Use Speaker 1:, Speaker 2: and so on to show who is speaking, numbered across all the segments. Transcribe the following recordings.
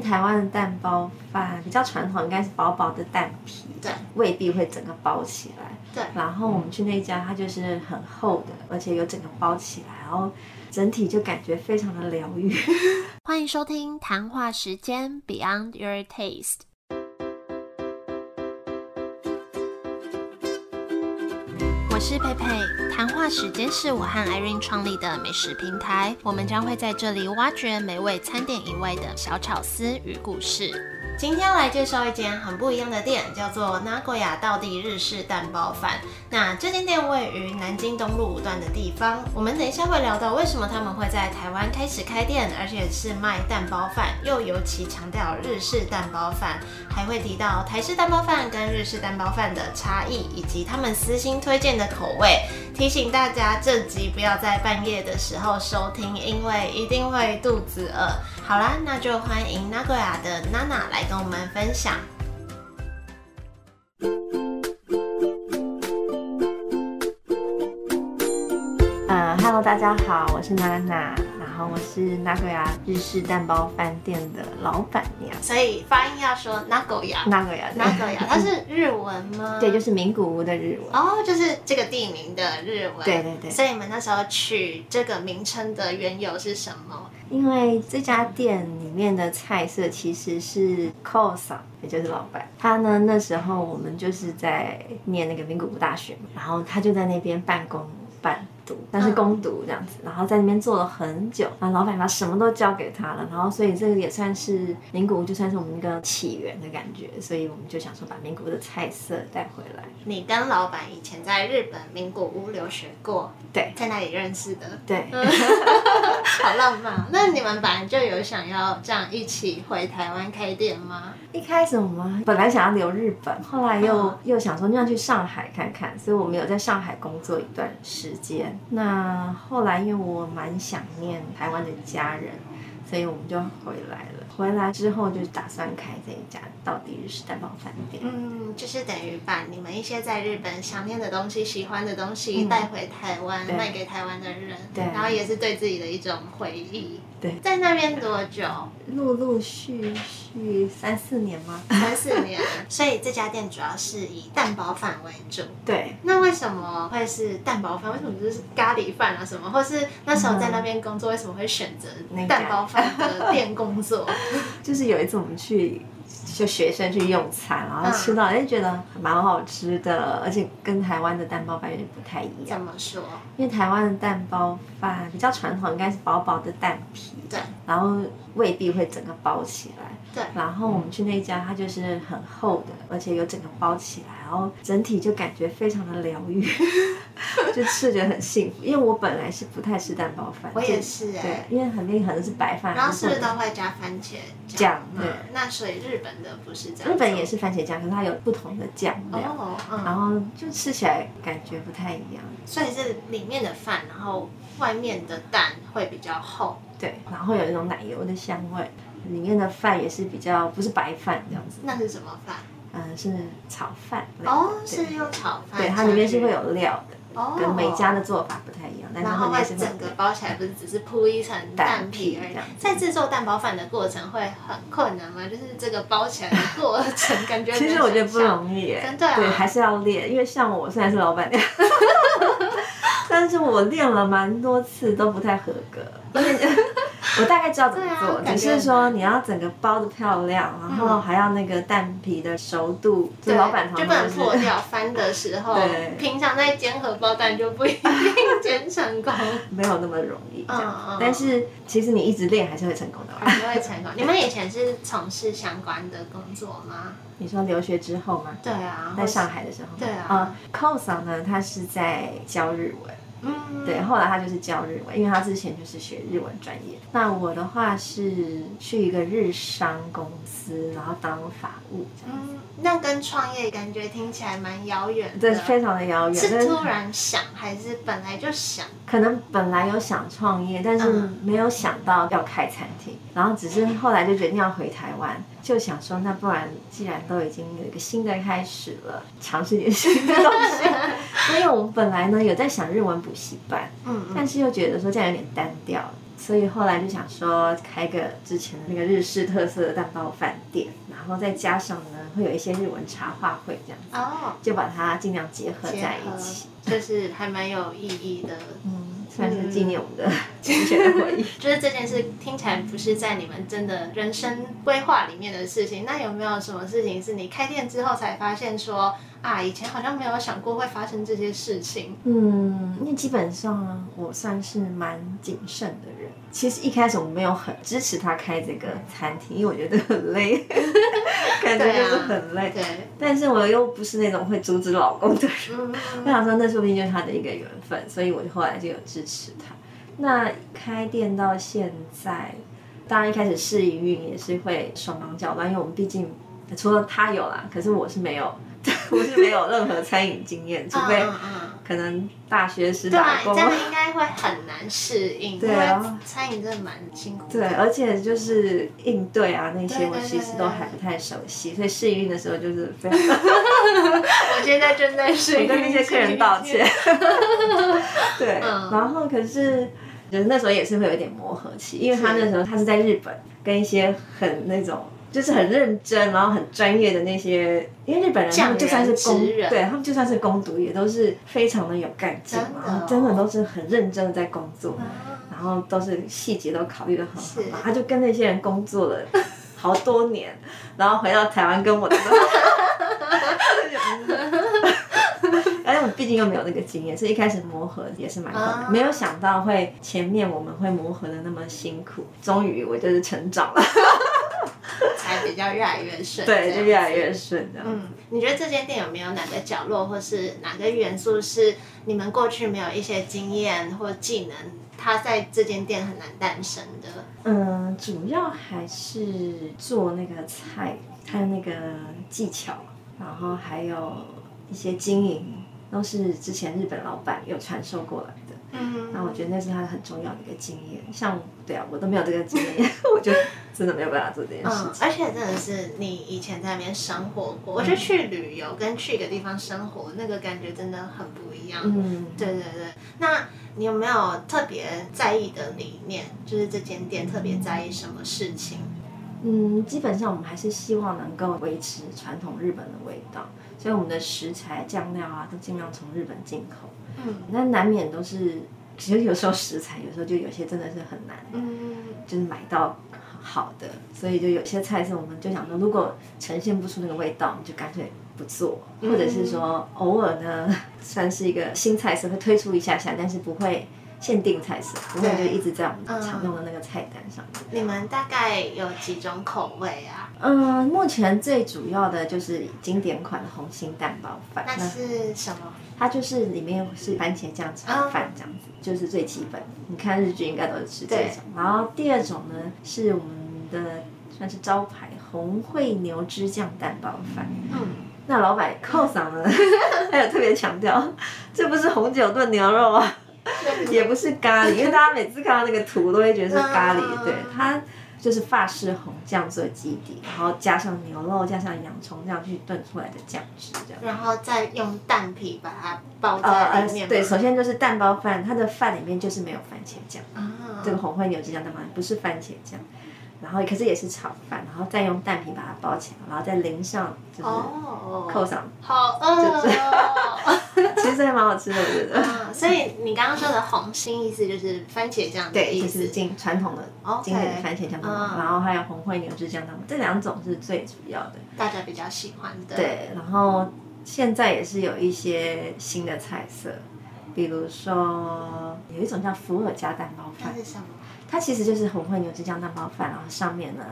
Speaker 1: 台湾的蛋包饭比较传统，应该是薄薄的蛋皮，
Speaker 2: 对，
Speaker 1: 未必会整个包起来。
Speaker 2: 对
Speaker 1: 然后我们去那一家，它就是很厚的，而且有整个包起来，然后整体就感觉非常的疗愈。
Speaker 3: 欢迎收听谈话时间 Beyond Your Taste。我是佩佩，谈话时间是我和 Irene 创立的美食平台，我们将会在这里挖掘美味餐点以外的小巧思与故事。今天来介绍一间很不一样的店，叫做 Nagoya 道地日式蛋包饭。那这间店位于南京东路五段的地方，我们等一下会聊到为什么他们会在台湾开始开店，而且是卖蛋包饭，又尤其强调日式蛋包饭，还会提到台式蛋包饭跟日式蛋包饭的差异，以及他们私心推荐的口味。提醒大家，这集不要在半夜的时候收听，因为一定会肚子饿。好啦，那就欢迎 Nagoya 的娜娜来跟我们分享。
Speaker 1: 呃，Hello，大家好，我是娜娜，然后我是那格雅日式蛋包饭店的老板娘。
Speaker 3: 所以发音要说 Nagoya，Nagoya，
Speaker 1: 那个呀，
Speaker 3: 它是日文吗？
Speaker 1: 对，就是名古屋的日文。
Speaker 3: 哦，就是这个地名的日文。
Speaker 1: 对对对
Speaker 3: 所以你们那时候取这个名称的缘由是什么？
Speaker 1: 因为这家店里面的菜色其实是 c o s 也就是老板，他呢那时候我们就是在念那个名古屋大学嘛，然后他就在那边办公办读，但是攻读这样子，然后在那边做了很久，然后老板把什么都交给他了，然后所以这个也算是名古屋就算是我们一个起源的感觉，所以我们就想说把名古屋的菜色带回来，
Speaker 3: 你跟老板以前在日本名古屋留学过，
Speaker 1: 对
Speaker 3: 在那里认识的，
Speaker 1: 对。
Speaker 3: 好浪漫。那你们本来就有想要这样一起回台湾开店吗？
Speaker 1: 一开始我们本来想要留日本，后来又、
Speaker 3: 嗯
Speaker 1: 又想说那样去上海看看，所以我们有在上海工作一段时间。那后来因为我蛮想念台湾的家人，所以我们就回来了。回来之后就打算开这一家到底日式蛋包饭店。
Speaker 3: 嗯，就是等于把你们一些在日本想念的东西、喜欢的东西
Speaker 1: 嗯
Speaker 3: 带回台湾，
Speaker 1: 对
Speaker 3: 卖给台湾的人，
Speaker 1: 对
Speaker 3: 然后也是对自己的一种回忆。
Speaker 1: 对
Speaker 3: 在那边多久？
Speaker 1: 陆陆续续三四年吗？
Speaker 3: 三四年，所以这家店主要是以蛋包饭为主。
Speaker 1: 对，
Speaker 3: 那为什么会是蛋包饭？为什么不是咖喱饭啊？什么？或是那时候在那边工作，为什么会选择
Speaker 1: 嗯那家
Speaker 3: 蛋包饭的店工作？
Speaker 1: 就是有一次我们去就学生去用餐，然后
Speaker 3: 嗯
Speaker 1: 吃到哎、觉得蛮好吃的，而且跟台湾的蛋包饭有点不太一样
Speaker 3: 怎。么说？
Speaker 1: 因为台湾的蛋包饭比较传统，应该是薄薄的蛋皮，
Speaker 3: 对
Speaker 1: 然后未必会整个包起来。
Speaker 3: 对
Speaker 1: 然后我们去那一家，它就是很厚的，而且有整个包起来，然后整体就感觉非常的疗 愈，就吃着很幸福。因为我本来是不太吃蛋包饭，
Speaker 3: 我也
Speaker 1: 就是
Speaker 3: 哎、
Speaker 1: 对，因为很厉害的是白饭，
Speaker 3: 然后是不是
Speaker 1: 或者
Speaker 3: 都会加番茄
Speaker 1: 酱
Speaker 3: 嘛
Speaker 1: 对
Speaker 3: 那所以日本的不是这样做，
Speaker 1: 日本也是啊番茄酱，可是它有不同的酱料，
Speaker 3: 哦，
Speaker 1: 然
Speaker 3: 嗯，
Speaker 1: 后就吃起来感觉不太一样。
Speaker 3: 所以是里面的饭，然后外面的蛋会比较厚。
Speaker 1: 对，然后有一种奶油的香味，里面的饭也是比较不是白饭这样子，
Speaker 3: 那是什么饭？
Speaker 1: 嗯、是炒饭类的。
Speaker 3: 哦，
Speaker 1: 对
Speaker 3: 是用啊炒饭。
Speaker 1: 对，它里面是会。有料的，
Speaker 3: 哦。
Speaker 1: 跟每家的做法不太一样，但是
Speaker 3: 然
Speaker 1: 它
Speaker 3: 后
Speaker 1: 里
Speaker 3: 会
Speaker 1: 面是会有
Speaker 3: 整个包起来，不是只是铺一层蛋皮而
Speaker 1: 蛋皮这
Speaker 3: 已
Speaker 1: 样。子
Speaker 3: 在制作蛋包饭的过程会很困难吗？就是这个包起来的过程，感 觉
Speaker 1: 其实我觉得不
Speaker 3: 易。
Speaker 1: 容易耶，
Speaker 3: 真的啊
Speaker 1: 对，还是要练，因为像我虽然是老板 娘，但是我练了蛮多次都不太合格，因为我大概知道怎么做，
Speaker 3: 对啊嗯
Speaker 1: 只是说你要整个包的漂亮，然后还要那个蛋皮的熟度，就
Speaker 3: 对，
Speaker 1: 老板
Speaker 3: 就
Speaker 1: 常
Speaker 3: 不
Speaker 1: 常
Speaker 3: 能
Speaker 1: 就是
Speaker 3: 破掉，翻的时候
Speaker 1: 对，
Speaker 3: 平常在煎荷包蛋就不一定煎成功。
Speaker 1: 没有那么容易这样子
Speaker 3: 嗯啊嗯
Speaker 1: 但是其实你一直练还是会成功的吧。
Speaker 3: 还是会成 功。你们以前是从事相关的工作吗？
Speaker 1: 你说留学之后吗？
Speaker 3: 对啊，
Speaker 1: 在上海的时候吗，
Speaker 3: 对啊
Speaker 1: 呃 c o s 呢，他是在教日文，
Speaker 3: 或是，嗯，
Speaker 1: 对，后来他就是教日文，因为他之前就是学日文专业。那我的话是去一个日商公司，然后当法务这样，
Speaker 3: 嗯，那跟创业感觉听起来蛮遥远
Speaker 1: 这
Speaker 3: 的。
Speaker 1: 非常的遥远，但
Speaker 3: 嗯是突然想，还是本来就想？
Speaker 1: 可能本来有想创业，但是
Speaker 3: 嗯
Speaker 1: 没有想到要开餐厅，然后只是后来就决定要回台湾，就想说那不然既然都已经有一个新的开始了，尝试点新的东西。 那因为我们本来呢有在想日文补习班，
Speaker 3: 嗯嗯
Speaker 1: 但是又觉得说这样有点单调，所以后来就想说开个之前的那个日式特色的蛋包饭店，然后再加上呢会有一些日文茶话会这样子，
Speaker 2: 哦，
Speaker 1: 就把它尽量结合在一起，
Speaker 2: 就是还蛮有意义的。
Speaker 1: 嗯，算是纪念我们的 之前的回忆。
Speaker 2: 就是这件事听起来不是在你们真的人生规划里面的事情，那有没有什么事情是你开店之后才发现说啊，以前好像没有想过会发生这些事情？
Speaker 1: 嗯，因为基本上啊我算是蛮谨慎的人。其实一开始我没有很支持他开这个餐厅，因为我觉得很累， 感觉就是很累。
Speaker 2: 对，
Speaker 1: 但是我又不是那种会阻止老公的人，
Speaker 2: 嗯，
Speaker 1: 我想说那说不定就是他的一个缘分，所以我后来就有支持他。那开店到现在，当然一开始试营运也是会手忙脚乱，因为我们毕竟除了他有啦，可是我是没有， 我是没有任何餐饮经验，除非
Speaker 2: 嗯嗯嗯
Speaker 1: 可能大学时
Speaker 2: 对
Speaker 1: 打，
Speaker 2: 啊这
Speaker 1: 工。
Speaker 2: 样应该会很难适应，
Speaker 1: 对
Speaker 2: 因
Speaker 1: 啊
Speaker 2: 为餐饮真的蛮辛苦的。
Speaker 1: 对，而且就是应对啊那
Speaker 2: 对
Speaker 1: 些，
Speaker 2: 对
Speaker 1: 我
Speaker 2: 对
Speaker 1: 其实都还不太熟悉，所以试营运的时候就是非常
Speaker 2: 我现在正在 适
Speaker 1: 我
Speaker 2: 应，
Speaker 1: 跟那些客人道歉。 对，
Speaker 2: 嗯
Speaker 1: 然后可是就是那时候也是会有一点磨合期，因为他
Speaker 2: 是
Speaker 1: 那时候他是在日本跟一些很那种。就是很认真，然后很专业的那些，因为日本人他们就算是
Speaker 2: 匠
Speaker 1: 攻
Speaker 2: 人职，人
Speaker 1: 对他们就算是攻读，也都是非常的有干劲，
Speaker 2: 真的哦
Speaker 1: 然后真的都是很认真的在工作，
Speaker 2: 啊。
Speaker 1: 然后都是细节都考虑的很好
Speaker 2: 是
Speaker 1: 嘛，他就跟那些人工作了好多年，然后回到台湾跟我的时 候，而且我毕竟又没有那个经验，所以一开始磨合也是蛮困难，
Speaker 2: 啊
Speaker 1: 没有想到会前面我们会磨合的那么辛苦，终于我就是成长 了，
Speaker 2: 才比较越来越顺，
Speaker 1: 对，
Speaker 2: 这
Speaker 1: 就越
Speaker 2: 样
Speaker 1: 来越顺这样。
Speaker 2: 嗯，你觉得这间店有没有哪个角落，或是哪个元素是你们过去没有一些经验或技能，它在这间店很难诞生的？
Speaker 1: 嗯，主要还是做那个菜，还有那个技巧，然后还有一些经营，都是之前日本老板有传授过来的。
Speaker 2: 嗯
Speaker 1: 那我觉得那是他很重要的一个经验。像对啊，我都没有这个经验， 我就真的没有办法做这件事
Speaker 2: 嗯，
Speaker 1: 情。
Speaker 2: 而且真的是你以前在那边生活
Speaker 1: 嗯
Speaker 2: 过，我觉得去旅游跟去一个地方生活，那个感觉真的很不一样。
Speaker 1: 嗯，
Speaker 2: 对对对，那你有没有特别在意的理念？就是这间店特别在意什么事情？
Speaker 1: 嗯，基本上我们还是希望能够维持传统日本的味道，所以我们的食材、酱料啊，都尽量从日本进口。
Speaker 2: 嗯
Speaker 1: 那难免都是，其实有时候食材，有时候就有些真的是很难，
Speaker 2: 嗯，
Speaker 1: 就是买到好的，所以就有些菜是我们就想说，如果呈现不出那个味道，我们就干脆不做，
Speaker 2: 嗯
Speaker 1: 或者是说偶尔呢， 算是一个新菜色会推出一下下，但是不会限定菜色，不会
Speaker 2: 对
Speaker 1: 就一直在我
Speaker 2: 嗯
Speaker 1: 们常用的那个菜单上面。
Speaker 2: 你们大概有几种口味啊？
Speaker 1: 嗯，目前最主要的就是经典款的红心蛋包饭，
Speaker 2: 那是什么？
Speaker 1: 它就是里面是番茄酱炒饭这样子，就是最基本的。你看日剧应该都是吃这
Speaker 2: 对
Speaker 1: 种。然后第二种呢是我们的算是招牌红烩牛汁酱蛋包饭。
Speaker 2: 嗯，
Speaker 1: 那老板扣嗓呢，他有特别强调，这不是红酒炖牛肉啊，也不是咖喱，因为大家每次看到那个图都会觉得是咖
Speaker 2: 嗯
Speaker 1: 喱，对它。就是法式红酱做基底，然后加上牛肉，加上洋葱，这样去炖出来的酱汁，这样。
Speaker 2: 然后再用蛋皮把它包
Speaker 1: 呃
Speaker 2: 在里
Speaker 1: 呃，
Speaker 2: 面。
Speaker 1: 对，首先就是蛋包饭，它的饭里面就是没有番茄酱，
Speaker 2: 啊，
Speaker 1: 这个红烩牛汁酱蛋包饭不是番茄酱，然后可是也是炒饭，然后再用蛋皮把它包起来，然后再淋上就是扣
Speaker 2: 哦，
Speaker 1: 上，
Speaker 2: 好饿哦。
Speaker 1: 其实还蛮好吃的，我觉得。
Speaker 2: 嗯，所以你刚刚说的红心意思就是番茄酱的
Speaker 1: 对，
Speaker 2: 意
Speaker 1: 就
Speaker 2: 思
Speaker 1: 是。经传统的
Speaker 2: OK
Speaker 1: 经典的番茄酱蛋包
Speaker 2: 嗯
Speaker 1: 饭，然后还有红烩牛汁酱蛋包，这两种是最主要的。
Speaker 2: 大家比较喜欢的。，
Speaker 1: 对，然后现在也是有一些新的菜色，比如说有一种叫伏尔加蛋包饭
Speaker 2: 那。是什么？
Speaker 1: 它其实就是红烩牛汁酱蛋包饭，然后上面呢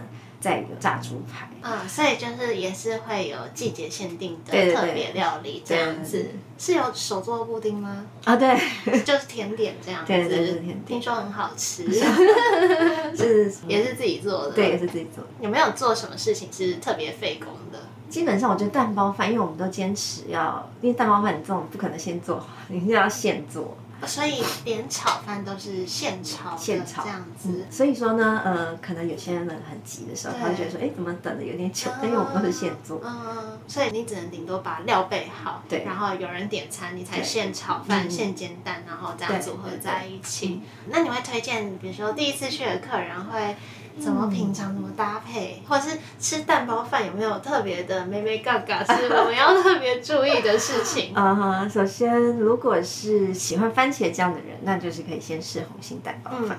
Speaker 1: 再有炸猪排。
Speaker 2: 嗯，所以就是也是会有季节限定的
Speaker 1: 对对对
Speaker 2: 特别料理这样子
Speaker 1: 对对对。
Speaker 2: 是有手做布丁 吗？
Speaker 1: 啊，对，
Speaker 2: 就是甜点这样子。
Speaker 1: 对对对甜点
Speaker 2: 听说很好 吃，
Speaker 1: 是
Speaker 2: 也是自己做的。
Speaker 1: 对，也是自己做的。
Speaker 2: 有没有做什么事情是特别费工的？
Speaker 1: 基本上我觉得 蛋包饭，因为我们都坚持要，因为蛋包饭你这种不可能先做好，你一定要现做，
Speaker 2: 所以连炒饭都是现炒的
Speaker 1: 现炒
Speaker 2: 这样子
Speaker 1: 嗯，。所以说呢，呃，可能有些人很急的时候，
Speaker 2: 对啊
Speaker 1: 他会觉得说，哎、怎么等的有点久？但因为我们都是现做，
Speaker 2: 嗯，所以你只能顶多把料备好，
Speaker 1: 对
Speaker 2: 然后有人点餐，你才
Speaker 1: 对
Speaker 2: 现炒饭、
Speaker 1: 嗯
Speaker 2: 现煎蛋，然后这样
Speaker 1: 对
Speaker 2: 组合
Speaker 1: 对对
Speaker 2: 在一起。那你会推荐，比如说第一次去的客人会怎么品尝、怎么搭配，或
Speaker 1: 嗯
Speaker 2: 者是吃蛋包饭有没有特别的妹妹嘎嘎是我们要特别注意的事情？
Speaker 1: 啊哈，首先，如果是喜欢番茄酱的人，那就是可以先试红心蛋包
Speaker 2: 嗯
Speaker 1: 饭。，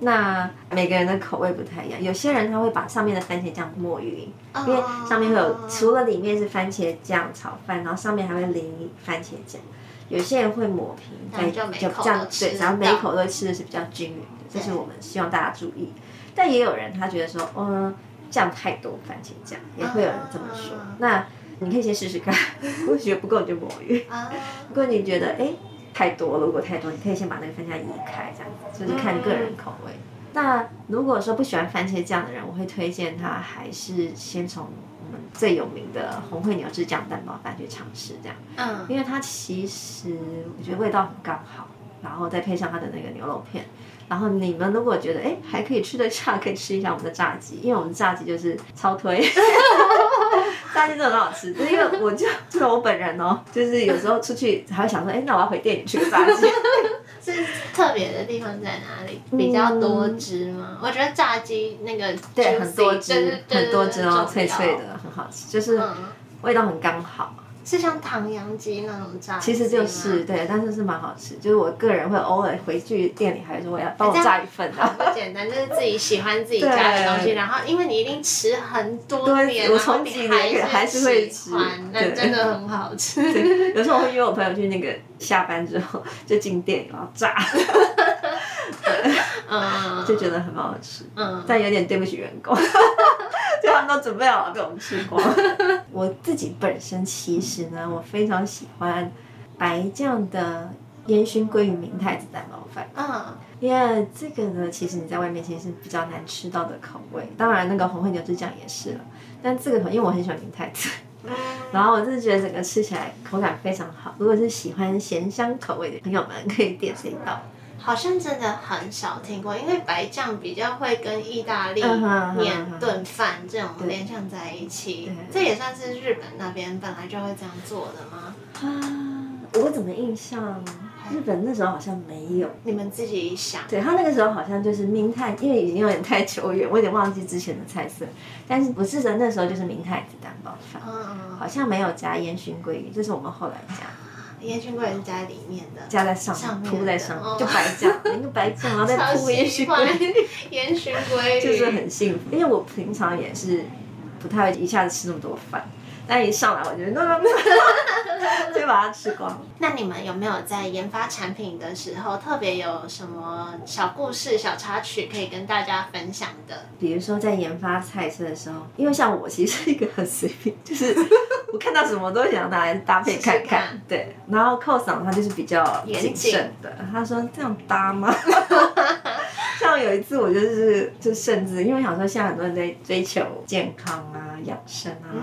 Speaker 1: 那每个人的口味不太一样，有些人他会把上面的番茄酱抹匀，
Speaker 2: 哦
Speaker 1: 因为上面会有，除了里面是番茄酱炒饭，然后上面还会淋番茄酱。有些人会抹平，
Speaker 2: 那就每口
Speaker 1: 这样
Speaker 2: 都吃
Speaker 1: 对，
Speaker 2: 得
Speaker 1: 然后每
Speaker 2: 到
Speaker 1: 一口都吃的是比较均匀的，这是
Speaker 2: 对
Speaker 1: 我们希望大家注意。但也有人他觉得说，嗯，酱太多番茄酱，也会有人这么说。
Speaker 2: 啊
Speaker 1: 那你可以先试试看，如果觉得不够你就抹匀。
Speaker 2: 啊，
Speaker 1: 如果你觉得哎、诶太多了，如果太多，你可以先把那个番茄移开，这样子就是看个人口味。那如果说不喜欢番茄酱的人，我会推荐他还是先从我们最有名的红烩牛制酱蛋包饭去尝试这样，
Speaker 2: 嗯，
Speaker 1: 因为它其实我觉得味道很刚好，然后再配上它的那个牛肉片。然后你们如果觉得哎还可以吃得下，可以吃一下我们的炸鸡，因为我们炸鸡就是超 推，炸鸡真的很好吃。因为我就就是我本人哦，就是有时候出去还会想说，哎，那我要回店里吃个炸 鸡。
Speaker 2: 是特别的地方在哪里？比较多汁吗？我觉得炸鸡那个
Speaker 1: 对，
Speaker 2: juicy，
Speaker 1: 很多
Speaker 2: 对
Speaker 1: 汁
Speaker 2: 对，对
Speaker 1: 很多汁哦，
Speaker 2: 重
Speaker 1: 脆
Speaker 2: 要
Speaker 1: 脆的，很好吃，就是
Speaker 2: 嗯，
Speaker 1: 味道很刚好。
Speaker 2: 是像唐扬鸡那种炸鸡
Speaker 1: 其
Speaker 2: 吗，
Speaker 1: 实就是对，但是是蛮好吃。就是我个人会偶尔回去店里，还是说我要帮
Speaker 2: 哎这
Speaker 1: 我
Speaker 2: 样
Speaker 1: 炸一份的。
Speaker 2: 不简单，就是自己喜欢自己家的东西，
Speaker 1: 对
Speaker 2: 然后因为你一定吃很多
Speaker 1: 对
Speaker 2: 年，
Speaker 1: 我
Speaker 2: 然后
Speaker 1: 从
Speaker 2: 你
Speaker 1: 几年
Speaker 2: 还
Speaker 1: 还是会
Speaker 2: 喜
Speaker 1: 吃
Speaker 2: 欢那
Speaker 1: 对
Speaker 2: 真的很好吃。
Speaker 1: 对， 有时候我会约我朋友去那个下班之后就进店里然后炸，
Speaker 2: 嗯，
Speaker 1: 就觉得很好吃，
Speaker 2: 嗯，
Speaker 1: 但有点对不起员工， 就他们都准备好了被我们吃光。 我自己本身其实呢，我非常喜欢白酱的烟熏鲑鱼明太子蛋包饭。
Speaker 2: 嗯，
Speaker 1: 因为这个呢，其实你在外面其实是比较难吃到的口味，当然那个红烩牛制酱也是了，但这个因为我很喜欢明太子，
Speaker 2: 嗯
Speaker 1: 然后我是觉得整个吃起来口感非常好。如果是喜欢咸香口味的朋友们，可以点这一道。
Speaker 2: 好像真的很少听过，因为白酱比较会跟意大利
Speaker 1: 嗯哼嗯
Speaker 2: 面
Speaker 1: 哼
Speaker 2: 炖饭这种
Speaker 1: 对
Speaker 2: 联想在一起
Speaker 1: 对，
Speaker 2: 这也算是日本那边本来就会这样做的吗？
Speaker 1: 啊，我怎么印象日本那时候好像没有？
Speaker 2: 你们自己想，
Speaker 1: 对他那个时候好像就是明太，因为已经有点太久远，我有点忘记之前的菜色。但是我记得那时候就是明太子蛋包饭，
Speaker 2: 嗯，
Speaker 1: 好像没有加烟熏鲑鱼，这是我们后来加的。
Speaker 2: 烟熏贵人家里面的，
Speaker 1: 加在上
Speaker 2: 上
Speaker 1: 面，
Speaker 2: 面
Speaker 1: 铺在上
Speaker 2: 哦
Speaker 1: 面，就白酱，那个白酱，然后再
Speaker 2: 超
Speaker 1: 铺也
Speaker 2: 喜
Speaker 1: 许
Speaker 2: 欢 烟熏鲑鱼，
Speaker 1: 就是很幸福。因为我平常也是不太会一下子吃那么多饭，但一上来我觉得 no no no，就把它吃光。
Speaker 2: 那你们有没有在研发产品的时候特别有什么小故事、小插曲可以跟大家分享的？
Speaker 1: 比如说在研发菜色的时候，因为像我其实是一个很随便，就是 我看到什么都想拿来搭配看看。
Speaker 2: 试试看
Speaker 1: 对，然后寇嫂他就是比较
Speaker 2: 严
Speaker 1: 谨
Speaker 2: 谨
Speaker 1: 慎的，他说这样搭 吗？像有一次我就是就甚至因为想说现在很多人在追求健康啊、养生啊，
Speaker 2: 嗯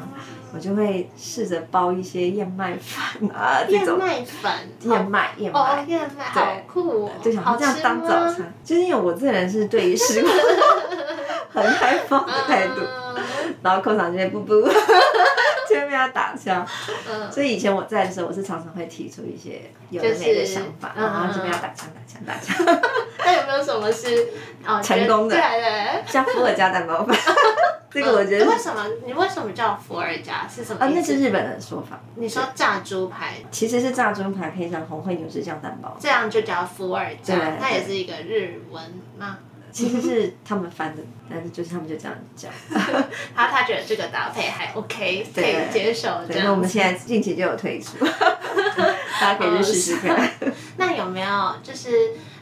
Speaker 1: 我就会试着包一些燕麦饭啊这
Speaker 2: 燕
Speaker 1: 种。
Speaker 2: 麦粉，
Speaker 1: 燕麦，燕麦，
Speaker 2: 哦，燕麦
Speaker 1: 对
Speaker 2: 好酷哦，
Speaker 1: 就想
Speaker 2: 好
Speaker 1: 说
Speaker 2: 吃
Speaker 1: 这样当早
Speaker 2: 吗
Speaker 1: 餐，就是因为我这个人是对于食物 很开放的态度，
Speaker 2: 嗯
Speaker 1: 然后扣场就会不 不，就会被他打枪。
Speaker 2: 嗯
Speaker 1: 所以以前我在的时候，我是常常会提出一些有的没的想法，
Speaker 2: 就是嗯
Speaker 1: 然后就被他打枪打枪打枪，
Speaker 2: 那有没有什么是哦
Speaker 1: 成功的
Speaker 2: 觉得对对。
Speaker 1: 像伏尔加蛋包 饭，这个我觉得
Speaker 2: 嗯嗯为
Speaker 1: 啊，
Speaker 2: 什么你为什么叫伏尔加？是什么意思？
Speaker 1: 那是日本人的说法，
Speaker 2: 你说炸猪排，
Speaker 1: 其实是炸猪排配上红烩牛脂酱蛋包，
Speaker 2: 这样就叫伏尔加
Speaker 1: 对，
Speaker 2: 它也是一个日文吗？
Speaker 1: 其实是他们翻的，但是就是他们就这样讲。
Speaker 2: 然啊后他觉得这个搭配还 OK，可
Speaker 1: 对
Speaker 2: 以接受这
Speaker 1: 对，那我
Speaker 2: 样
Speaker 1: 们
Speaker 2: 子。
Speaker 1: 现在近期就有推出，大家可以去试试看。
Speaker 2: 那有没有就是，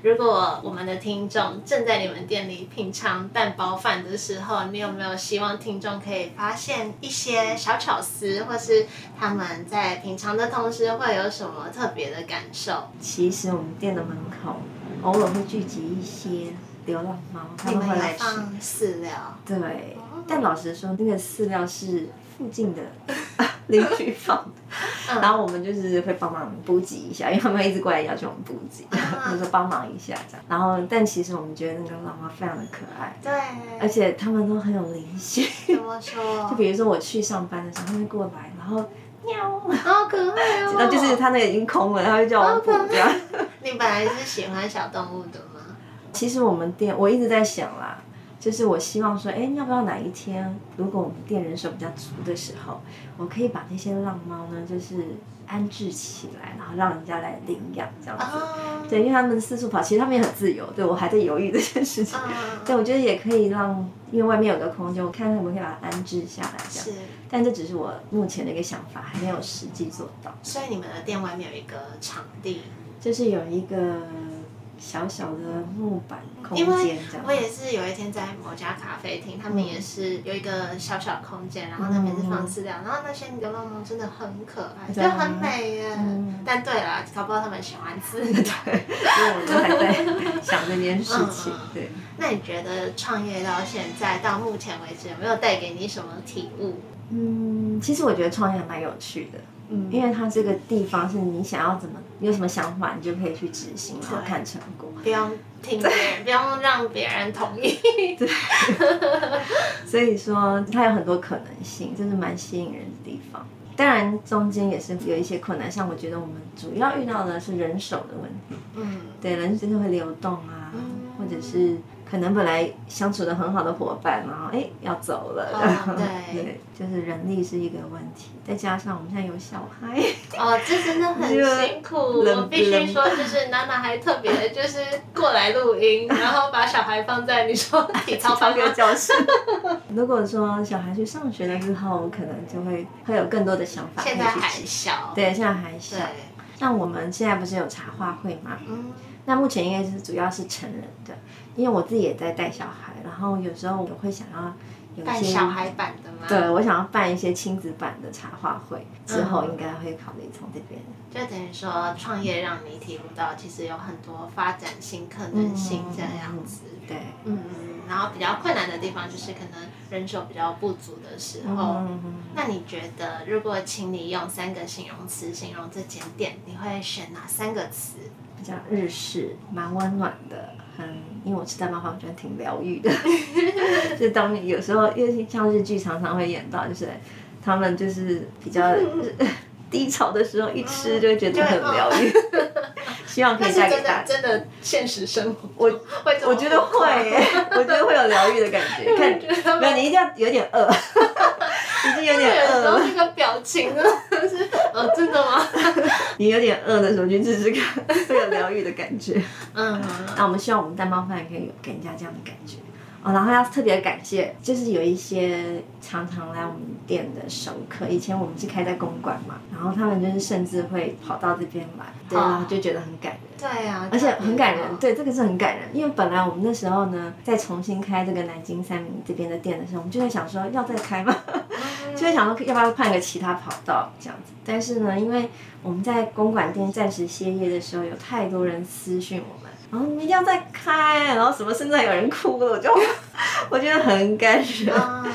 Speaker 2: 如果我们的听众正在你们店里品尝蛋包饭的时候，你有没有希望听众可以发现一些小巧思，或是他们在品尝的同时会有什么特别的感受？
Speaker 1: 其实我们店的门口偶尔会聚集一些流浪猫，他
Speaker 2: 你
Speaker 1: 们会
Speaker 2: 们有
Speaker 1: 来吃。
Speaker 2: 放饲料？
Speaker 1: 对
Speaker 2: 哦，
Speaker 1: 但老实说，那个饲料是附近的邻居放的，
Speaker 2: 嗯
Speaker 1: 然后我们就是会帮忙补给一下，因为他们一直过来要 求我们补给，
Speaker 2: 啊
Speaker 1: 就说帮忙一下这样。然后，但其实我们觉得那个老妈非常的可爱，而
Speaker 2: 对，哦
Speaker 1: 且他们都很有灵性。
Speaker 2: 怎么说？
Speaker 1: 就比如说我去上班的时候，他们会过来，然后喵，
Speaker 2: 好可爱哦。
Speaker 1: 然后就是他那个已经空了，他会叫我补掉。
Speaker 2: 你本来是喜欢小动物的吗？
Speaker 1: 其实我们店我一直在想啦，就是我希望说，哎，要不要哪一天，如果我们店人手比较足的时候，我可以把那些浪猫呢，就是安置起来，然后让人家来领养这样子。
Speaker 2: 啊，
Speaker 1: 哦对，因为他们四处跑，其实他们也很自由。对我还在犹豫这件事情。
Speaker 2: 啊，
Speaker 1: 对，我觉得也可以让，因为外面有个空间，我看看我们可以把它安置下来这样。
Speaker 2: 是。
Speaker 1: 但这只是我目前的一个想法，还没有实际做到。
Speaker 2: 所以你们的店外面有一个场地，
Speaker 1: 就是有一个小小的木板空
Speaker 2: 因为
Speaker 1: 间这样。嗯
Speaker 2: 我也是有一天在某家咖啡厅，他们也是有一个小小空间，然后那边是放饲料，然后那些流浪猫真的很可爱，就
Speaker 1: 对啊
Speaker 2: 很美耶。
Speaker 1: 嗯
Speaker 2: 但对啦，搞不好他们喜 欢吃。对。
Speaker 1: 因为我都还 在想这件事情
Speaker 2: 嗯嗯。
Speaker 1: 对，
Speaker 2: 那你觉得创业到现在到目前为止，有没有带给你什么体悟？
Speaker 1: 嗯，其实我觉得创业还蛮有趣的，
Speaker 2: 嗯
Speaker 1: 因为它这个地方是你想要怎么，你有什么想法，你就可以去执行，然后看成果。
Speaker 2: 不用听别人，不用让别人同意。
Speaker 1: 所以说，它有很多可能性，这是蛮吸引人的地方。当然，中间也是有一些困难，像我觉得我们主要遇到的是人手的问题，
Speaker 2: 嗯，
Speaker 1: 对，人真的会流动啊，
Speaker 2: 嗯
Speaker 1: 或者是可能本来相处的很好的伙伴，然后哎要走了，
Speaker 2: 哦对
Speaker 1: 就是人力是一个问题，再加上我们现在有小 孩，
Speaker 2: 哦，这真的很辛苦，我必须说，就是娜娜还特别就是过来录音，然后把小孩放在你说体操房
Speaker 1: 个
Speaker 2: 间。
Speaker 1: 教室。 如果说小孩去上学了之后，可能就会会有更多的想法可以
Speaker 2: 现在
Speaker 1: 去
Speaker 2: 还
Speaker 1: 执行。
Speaker 2: 小，
Speaker 1: 对，现在还小
Speaker 2: 对。，
Speaker 1: 像我们现在不是有茶话会吗？
Speaker 2: 嗯，
Speaker 1: 那目前应该是主要是成人的，因为我自己也在带小孩，然后有时候我会想要有
Speaker 2: 带
Speaker 1: 一些
Speaker 2: 小孩版的嘛，，
Speaker 1: 对，我想要办一些亲子版的茶话会，之后
Speaker 2: 嗯
Speaker 1: 应该会考虑从这边。
Speaker 2: 就等于说创业让你体悟到，其实有很多发展新可能性这样子。
Speaker 1: 对，
Speaker 2: 嗯，然后比较困难的地方就是可能人手比较不足的时候。
Speaker 1: 嗯，
Speaker 2: 那你觉得，如果请你用三个形容词形容这间店，你会选哪三个词？
Speaker 1: 比较日式，蛮温暖的，很，因为我吃蛋包饭，我觉得挺疗愈的。 就当你有时候，因为像日剧常常会演到，就是他们就是比较 低潮的时候，一吃就会觉得很疗愈。 希望可
Speaker 2: 嗯那
Speaker 1: 以
Speaker 2: 是
Speaker 1: 带
Speaker 2: 真
Speaker 1: 给大家。
Speaker 2: 的真的现实生活，
Speaker 1: 我
Speaker 2: 会这么
Speaker 1: 我觉得
Speaker 2: 浮夸
Speaker 1: 会耶，我觉得会有疗愈的感觉。 看，
Speaker 2: 觉得
Speaker 1: 没有，你一定要有点饿， 已经有
Speaker 2: 有
Speaker 1: 点饿
Speaker 2: 时候
Speaker 1: 了。
Speaker 2: 那个表情真的 是，哦，真 的吗？
Speaker 1: 你有点饿的时候去吃吃看， 会有疗愈的感觉。
Speaker 2: 嗯，
Speaker 1: 那我们希望我们蛋包饭可以有给人家这样的感觉哦。然后要特别感谢，就是有一些常常来我们店的熟客，以前我们是开在公馆嘛，然后他们就是甚至会跑到这边来，对啊，就觉得很感人。
Speaker 2: 对啊，
Speaker 1: 而且很感人，
Speaker 2: 对
Speaker 1: 对，这个是很感人，因为本来我们那时候呢，在重新开这个南京三明这边的店的时候，我们就在想说，要再开吗？ 就会想说要不要换个其他跑道这样子。但是呢，因为我们在公馆店暂时歇业的时候，有太多人私讯我们，然后你们一定要再开，啊然后什么甚至还有人哭了，我就 我觉得很感人。
Speaker 2: 啊，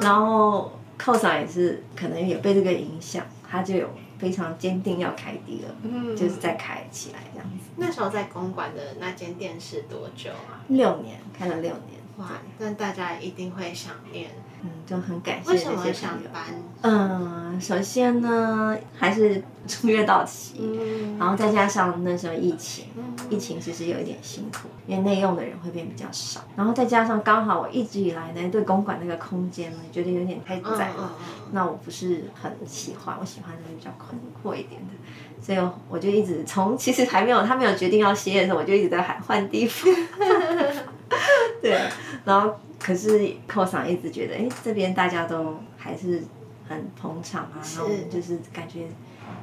Speaker 1: 然后寇嫂也是可能也被这个影响，他就有非常坚定要开第二，
Speaker 2: 嗯，
Speaker 1: 就是再开起来这样子。
Speaker 2: 那时候在公馆的那间店是多久啊？
Speaker 1: 六年开了六年，
Speaker 2: 哇，那大家一定会想念，
Speaker 1: 嗯，就很感谢
Speaker 2: 为什么
Speaker 1: 这
Speaker 2: 会
Speaker 1: 些
Speaker 2: 想
Speaker 1: 朋友。
Speaker 2: 搬？
Speaker 1: 嗯，首先呢，还是租约到期，
Speaker 2: 嗯
Speaker 1: 然后再加上那时候疫情，
Speaker 2: 嗯
Speaker 1: 疫情其实有一点辛苦，因为内用的人会变比较少，然后再加上刚好我一直以来呢对公馆那个空间呢觉得有点太
Speaker 2: 嗯
Speaker 1: 窄
Speaker 2: 嗯
Speaker 1: 了，
Speaker 2: 嗯
Speaker 1: 那我不是很喜欢，我喜欢就是比较宽阔一点的，所以我就一直从其实还没有他没有决定要歇业的时候，我就一直在喊换地方， 对，然后可是寇赏一直觉得哎这边大家都还是很捧场啊，然后我们就是感觉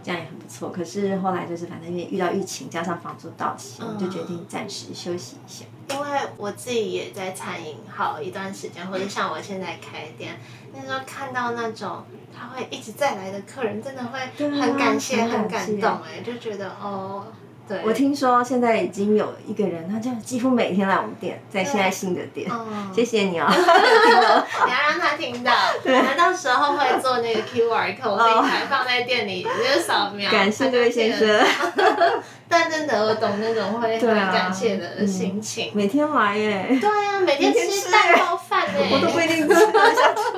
Speaker 1: 这样也很不错。可是后来就是反正因为遇到疫情，加上房租到期，
Speaker 2: 嗯
Speaker 1: 我们就决定暂时休息一下。
Speaker 2: 因为我自己也在餐饮好一段时间，或者像我现在开店，那时候看到那种他会一直再来的客人，真的会
Speaker 1: 对啊
Speaker 2: 很感谢、
Speaker 1: 很
Speaker 2: 很
Speaker 1: 感
Speaker 2: 感
Speaker 1: 谢
Speaker 2: 动哎、就觉得哦，对，
Speaker 1: 我听说现在已经有一个人，他就几乎每天来我们店，在现在新的店。
Speaker 2: 嗯，
Speaker 1: 谢谢你哦，
Speaker 2: 你要让他听到，
Speaker 1: 对
Speaker 2: 他到时候会做那个 QR code 那
Speaker 1: 哦
Speaker 2: 一台放在店里，你就扫描。
Speaker 1: 感谢这位先
Speaker 2: 他就记得。
Speaker 1: 生，
Speaker 2: 但真的，我懂那种会很
Speaker 1: 对啊
Speaker 2: 感谢的心情。
Speaker 1: 每天来耶，
Speaker 2: 对啊，每天
Speaker 1: 每天
Speaker 2: 吃
Speaker 1: 吃
Speaker 2: 蛋包饭哎呢。
Speaker 1: 我都不一定吃得下去。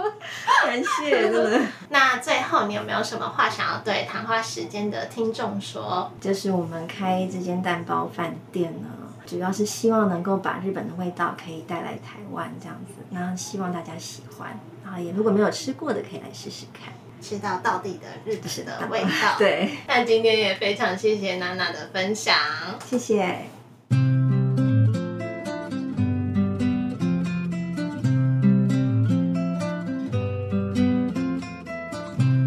Speaker 1: 感谢，真 的。
Speaker 2: 那最后，你有没有什么话想要对谈话时间的听众说？
Speaker 1: 就是我们开这间蛋包饭店呢，主要是希望能够把日本的味道可以带来台湾这样子，那希望大家喜欢。然后也如果没有吃过的，可以来试试看。
Speaker 2: 吃到到底的日子
Speaker 1: 是
Speaker 2: 的
Speaker 1: 的
Speaker 2: 味道。。
Speaker 1: 对，
Speaker 2: 那今天也非常谢谢娜娜的分享。
Speaker 1: 谢谢。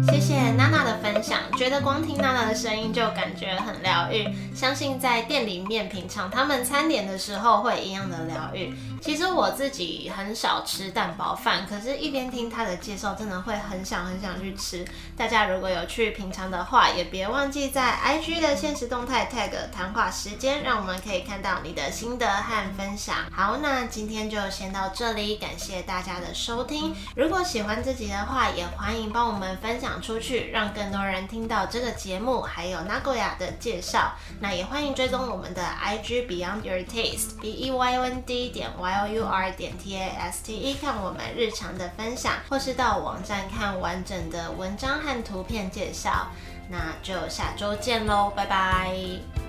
Speaker 2: 谢谢娜娜的分享，觉得光听娜娜的声音就感觉很疗愈，相信在店里面品尝他们餐点的时候会一样的疗愈。其实我自己很少吃蛋包饭，可是一边听她的介绍，真的会很想很想去吃。大家如果有去品尝的话，也别忘记在 IG 的现实动态 tag 谈话时间，让我们可以看到你的心得和分享。好，那今天就先到这里，感谢大家的收听。如果喜欢这集的话，也欢迎帮我们分享出去，让更多人听到这个节目，还有 Nagoya 的介绍。那也欢迎追踪我们的 IG Beyond Your Taste B E Y O N D 点 Y O U R 点 T A S T E 看我们日常的分享，或是到网站看完整的文章和图片介绍。那就下周见喽，拜拜。